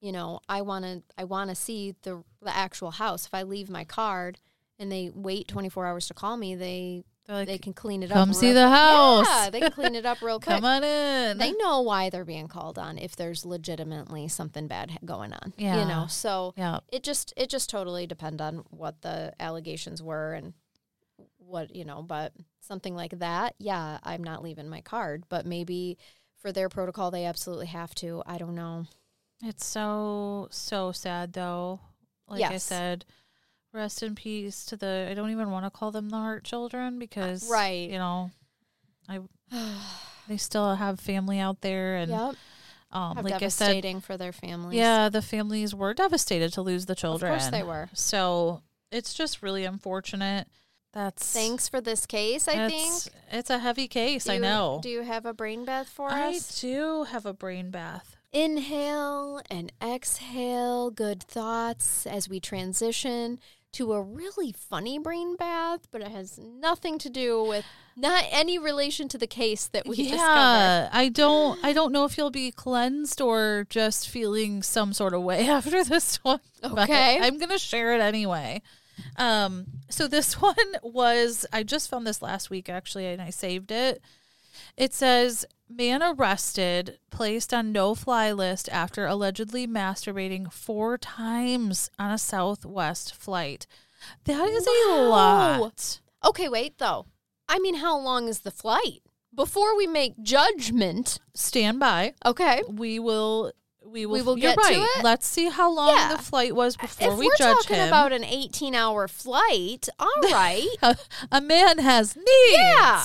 you know i want to i want to see the the actual house if i leave my card and they wait 24 hours to call me they
They're like,
they can clean it up
come
real-
see the house.
yeah they can clean it up real quick
<laughs> come on in.
they know why they're being called on if there's legitimately something bad ha- going on you know
Yeah.
so
yeah.
it just it just totally depend on what the allegations were and what you know but something like that yeah i'm not leaving my card but maybe for their protocol they absolutely have to i don't know
It's so so sad though. Like I
Yes.
said, rest in peace to the I don't even want to call them the heart children because
right.
you know,
<sighs>
I they still have family out there and
yep
um
how
like I said
devastating for their families
yeah, the families were devastated to lose the
of
children.
course they were
So, it's just really unfortunate. That's
thanks for this case i
it's,
think
it's a heavy case,
Do
I
you-
know.
do you have a brain bath for
I
us
do have a brain bath.
Inhale and exhale good thoughts as we transition to a really funny brain bath, but it has nothing to do with not any relation to the case that we discovered.
yeah, I don't I don't know if you'll be cleansed or just feeling some sort of way <laughs> after this one. but
Okay.
I'm going to share it anyway. Um so this <laughs> one was I just found this last week actually and I saved it. It says man arrested placed on no-fly list after allegedly masturbating 4 times on a southwest flight. That is a
Wow.
lot.
Okay, wait though. I mean, how long is the flight? Before we make judgment,
Stand by.
okay.
we will we will,
We will
you're
get to
right.
it.
Let's see how long
Yeah.
the flight was before
if
we
are
judge
talking
him.
about an 18 hour flight,
<laughs>
all right.
a, <laughs> a man has needs.
Yeah.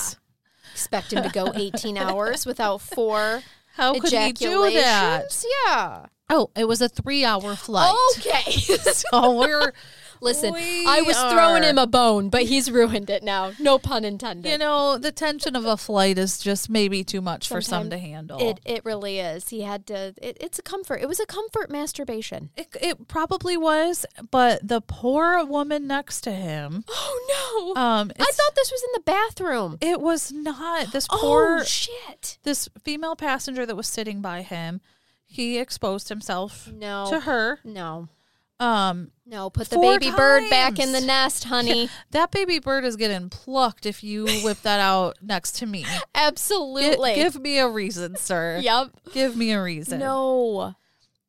Expect him to go 18 hours without four
How could he do that?
ejaculations? Yeah.
Oh, it was a three hour flight. <laughs>
Okay. <laughs>
So <laughs> we're
Listen,
We
I was throwing
are-
him a bone, but he's ruined it now. No pun intended.
you know, the tension of a flight is just maybe too much for some
Sometimes
to handle.
it it really is. He had to. It, it's a comfort. It was a comfort masturbation.
it it probably was, but the poor woman next to <gasps> him.
<gasps> Oh no!
Um
I
it's-
thought this was in the bathroom.
it was not this poor
Oh shit!
this female passenger that was sitting by him, he exposed himself
No.
to her.
No,
Um,
no. Put the
Four
baby bird back in the
times.
nest,
<laughs>
honey.
that baby bird is getting plucked if you whip that out next to <laughs> me. Gi-
Absolutely.
give me a reason, <laughs> sir.
yep.
Give me a reason.
No.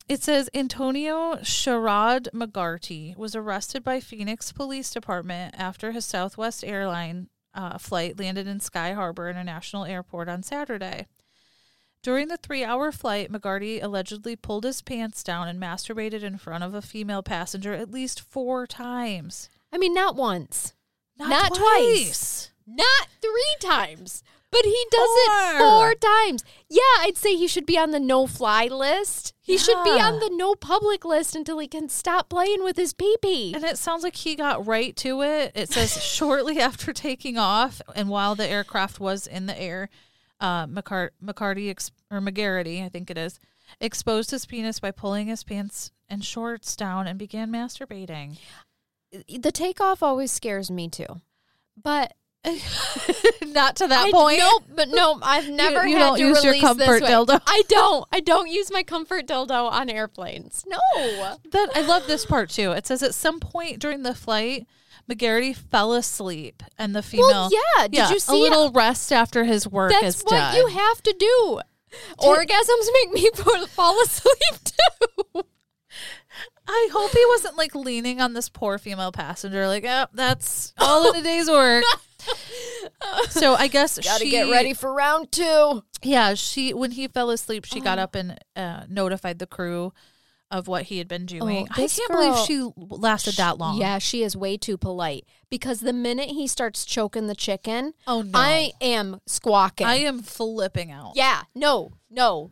It says Antonio Sherrod McGarty was arrested by Phoenix Police Department after his Southwest Airline uh, flight landed in Sky Harbor International Airport on Saturday. During the three hour flight, McGarty allegedly pulled his pants down and masturbated in front of a female passenger at least four times.
I mean, not once,
Not,
Not
twice.
not three times, but he does it
Four.
four times. Yeah, I'd say he should be on the no fly list. He should be
Yeah.
on the no public list until he can stop playing with his pee pee.
And it sounds like he got right to it.
<laughs>
It says shortly after taking off and while the aircraft was in the air, uh, McCart- McCarty ex- or McGarity, I think it is, exposed his penis by pulling his pants and shorts down and began masturbating. <laughs>
The takeoff always scares me too. But
Not to that
I-
point.
nope, but no, I've never
you
had
don't
to
use your
release this
comfort
way.
dildo.
I don't. I don't use my comfort dildo on airplanes. No.
Then I love this part too. It says at some point during the flight, McGarity fell asleep, and the female.
yeah. Did you
a
see
little rest after his work
That's
is
what
done?
you have to do. Orgasms make me <laughs> fall- fall asleep too.
I hope he wasn't like leaning on this poor female passenger, like, oh,
<laughs>
that's all in a day's work. <laughs> so
<laughs>
I guess she
for round two.
Yeah, she when he fell asleep, she
Oh.
got up and uh, notified the crew of what he had been doing. I
Oh, this
can't
girl-
believe she lasted that long.
Yeah, she is way too polite because the minute he starts choking the chicken,
Oh, no.
I am squawking.
I am flipping out.
yeah, no, no.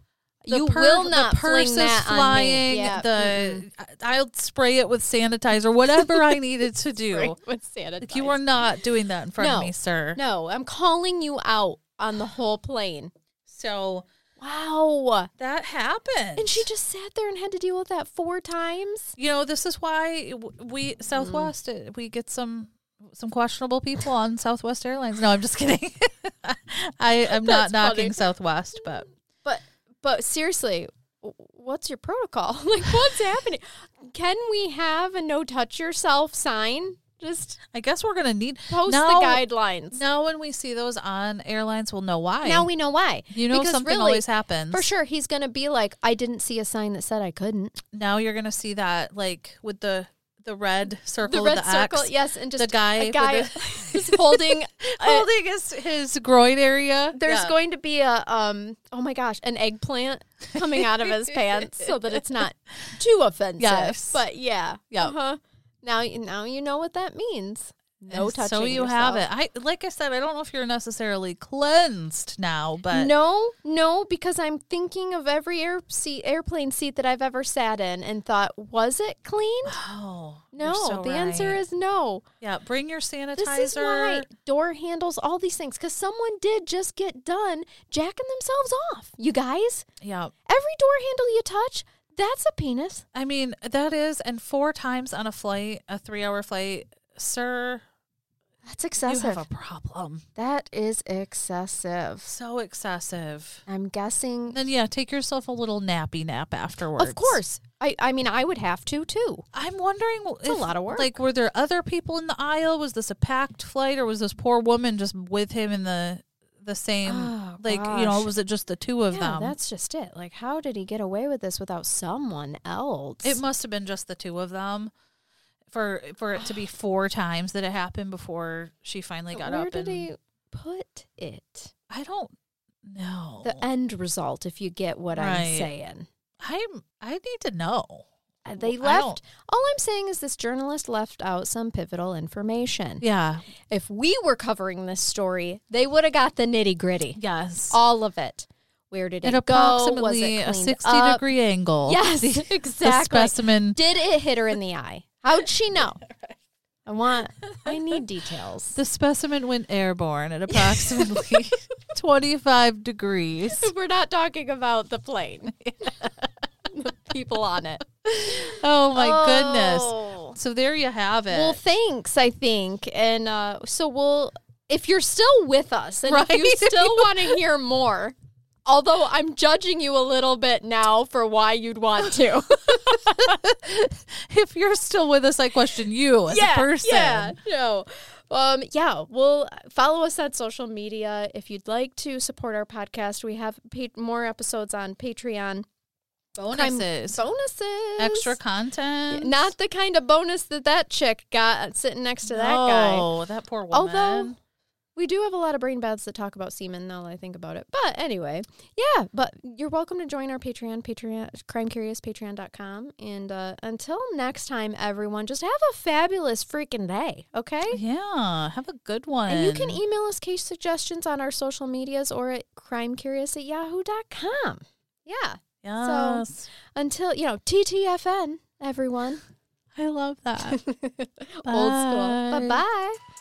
The
you
per-
will not
the purse
fling
is
that on
flying.
me. Yeah.
The I'll spray it with sanitizer, whatever I
<laughs>
needed to do.
<laughs> With sanitizer.
You are not doing that in front of
No.
me, sir.
No, I'm calling you out on the whole plane.
So
Wow.
that happened,
And she just sat there and had to deal with that four times.
you know, this is why w- we
Mm-hmm.
Southwest uh we get some some questionable people on Southwest Airlines. No, I'm just kidding. <laughs> I am not
That's
knocking
funny.
Southwest, but
But but seriously, w- what's your protocol? <laughs> Like what's happening? Can we have a no touch yourself sign? Just
I guess we're gonna need
post
Now-
the guidelines.
Now, when we see those on airlines, we'll know why.
Now we know why.
you know
Because
something
really,
always happens
For sure, he's going to be like, I didn't see a sign that said I couldn't.
Now you're gonna see that like with the the red circle,
The
of
red
the
circle,
X,
yes, and just
the guy
a
with
guy
the-
<laughs> is holding. a-
holding his his groin
Uh,
area.
there's
Yeah.
going to be a um oh my gosh an eggplant coming out of <laughs> his pants so that it's not <laughs> too offensive
Yes.
but yeah
Yep.
uh-huh. now you now you know what that means no
And
touching
So you
yourself.
have it. I like I said, I don't know if you're necessarily cleansed now, but
no no because i'm thinking of every air seat airplane seat that i've ever sat in and thought was it cleaned
Oh, you're
no
so
the answer
right.
is no
yeah. Bring your sanitizer.
This is why door handles, all these things, because someone did just get done jacking themselves off. You guys,
Yeah,
every door handle you touch, that's a penis.
I mean that is, and four times on a flight, a three-hour flight, sir.
That's
You
excessive.
have a problem.
that is excessive.
So excessive.
I'm guessing.
Then yeah, take yourself a little nappy nap afterwards.
Of course. I, I mean, I would have to too.
I'm wondering
a lot of work.
Like, were there other people in the aisle? Was this a packed flight, or was this poor woman just with him in the the same?
Oh,
like, you know,
gosh.
was it just the two of
yeah,
them?
that's just it. Like, how did he get away with this without someone else?
It must have been just the two of them. For for it to <sighs> be four times that it happened before she finally got
Where
up.
did
and-
he put it?
I don't know.
The end result, if you get what
Right.
I'm saying.
I'm I need to know.
Uh, They
I don't-
left. All I'm saying is this journalist left out some pivotal information.
Yeah.
If we were covering this story, they would have got the nitty gritty,
Yes.
all of it. Where did
At
it go? Was
approximately
it
a
cleaned
sixty
up?
degree <laughs>
<laughs>
angle.
Yes,
The- The
exactly.
specimen
Did it hit her in the eye? How'd she
<laughs>
know? I want. I need details.
The specimen went airborne <laughs> at <laughs> approximately 25 degrees.
We're not talking about the
<laughs>
plane, the people on it.
Oh my
Oh.
goodness. So there you have it.
Well, thanks, I think. And uh, so we'll, if you're still with us and if you
Right.
still want to hear more, although I'm judging you a little bit now for why you'd want to.
if you're still with us, I question you <laughs> as a person.
Yeah, no. Um, yeah, well, follow us on social media. If you'd like to support our podcast, we have pa- more episodes on Patreon. Crime-
Bonuses.
Bonuses.
Extra content.
Not the kind of bonus that that chick got sitting next to that guy.
Oh, that poor woman.
Although we do have a lot of brain baths that talk about semen now that I think about it. But anyway, yeah, but you're welcome to join our Patreon, Patreon crimecuriouspatreon.com. And uh, until next time, everyone, just have a fabulous freaking day, okay?
yeah, have a good one.
And you can email us case suggestions on our social medias or at crimecurious at yahoo.com. Yeah.
Yes.
Until, you know, TTFN, everyone. <laughs>
I love that.
Old school.
Bye.
Bye bye.